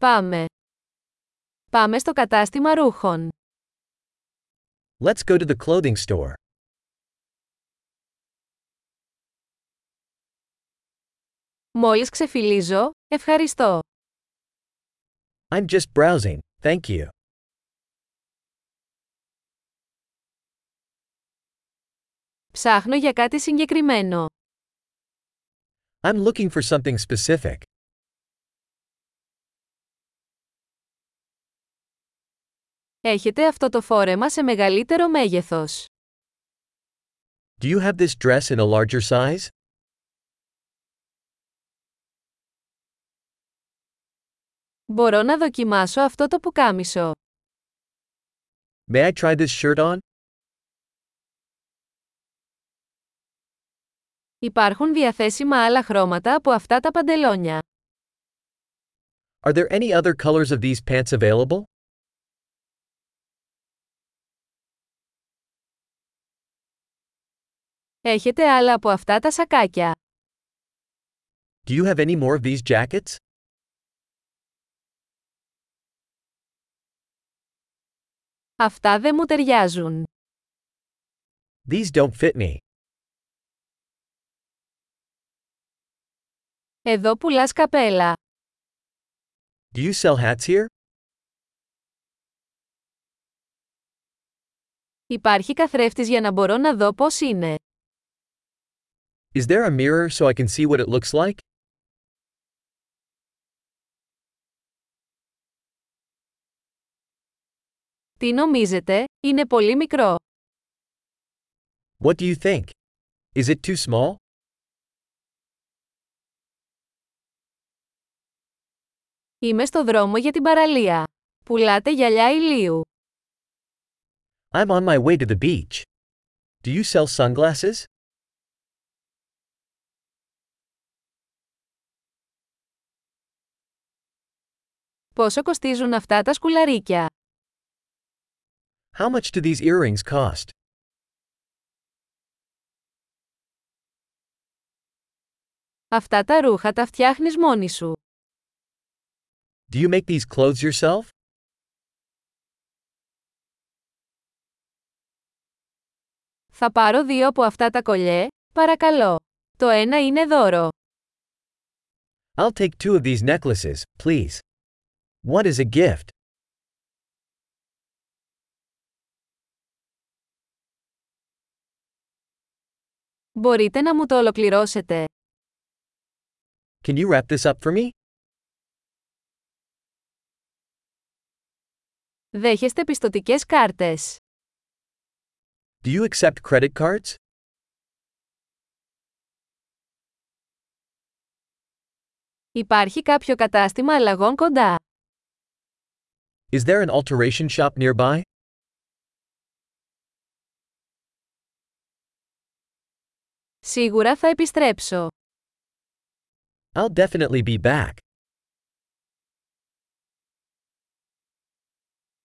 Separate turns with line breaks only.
Πάμε. Πάμε στο κατάστημα ρούχων.
Let's go to the clothing store.
Μόλις ξεφυλίζω, ευχαριστώ.
I'm just browsing, thank you.
Ψάχνω για κάτι συγκεκριμένο.
I'm looking for something specific.
Έχετε αυτό το φόρεμα σε μεγαλύτερο μέγεθος.
Do you have this dress in a larger size?
Μπορώ να δοκιμάσω αυτό το πουκάμισο.
May I try this shirt on?
Υπάρχουν διαθέσιμα άλλα χρώματα από αυτά τα παντελόνια.
Are there any other colors of these pants available?
Έχετε άλλα από αυτά τα σακάκια.
Do you have any more of these jackets?
Αυτά δεν μου ταιριάζουν.
These don't fit me.
Εδώ πουλάς καπέλα.
Do you sell hats here?
Υπάρχει καθρέφτης για να μπορώ να δω πώς είναι.
Is there a mirror so I can see what it looks like?
Τι νομίζετε, είναι πολύ μικρό.
What do you think? Is it too small?
Είμαι στο δρόμο για την παραλία. Πουλάτε γυαλιά ηλίου.
I'm on my way to the beach. Do you sell sunglasses?
Πόσο κοστίζουν αυτά τα σκουλαρίκια.
How much do these earrings cost?
Αυτά τα ρούχα τα φτιάχνεις μόνη σου.
Do you make these clothes yourself?
Θα πάρω δύο από αυτά τα κολλιέ, παρακαλώ. Το ένα είναι δώρο.
I'll take two of these necklaces, please. What is a gift?
Μπορείτε να μου το ολοκληρώσετε.
Can you wrap this up for me?
Δέχεστε πιστοτικές κάρτες.
Do you accept credit cards?
Υπάρχει κάποιο κατάστημα αλλαγών κοντά.
Is there an alteration shop nearby?
Σίγουρα θα επιστρέψω.
I'll definitely be back.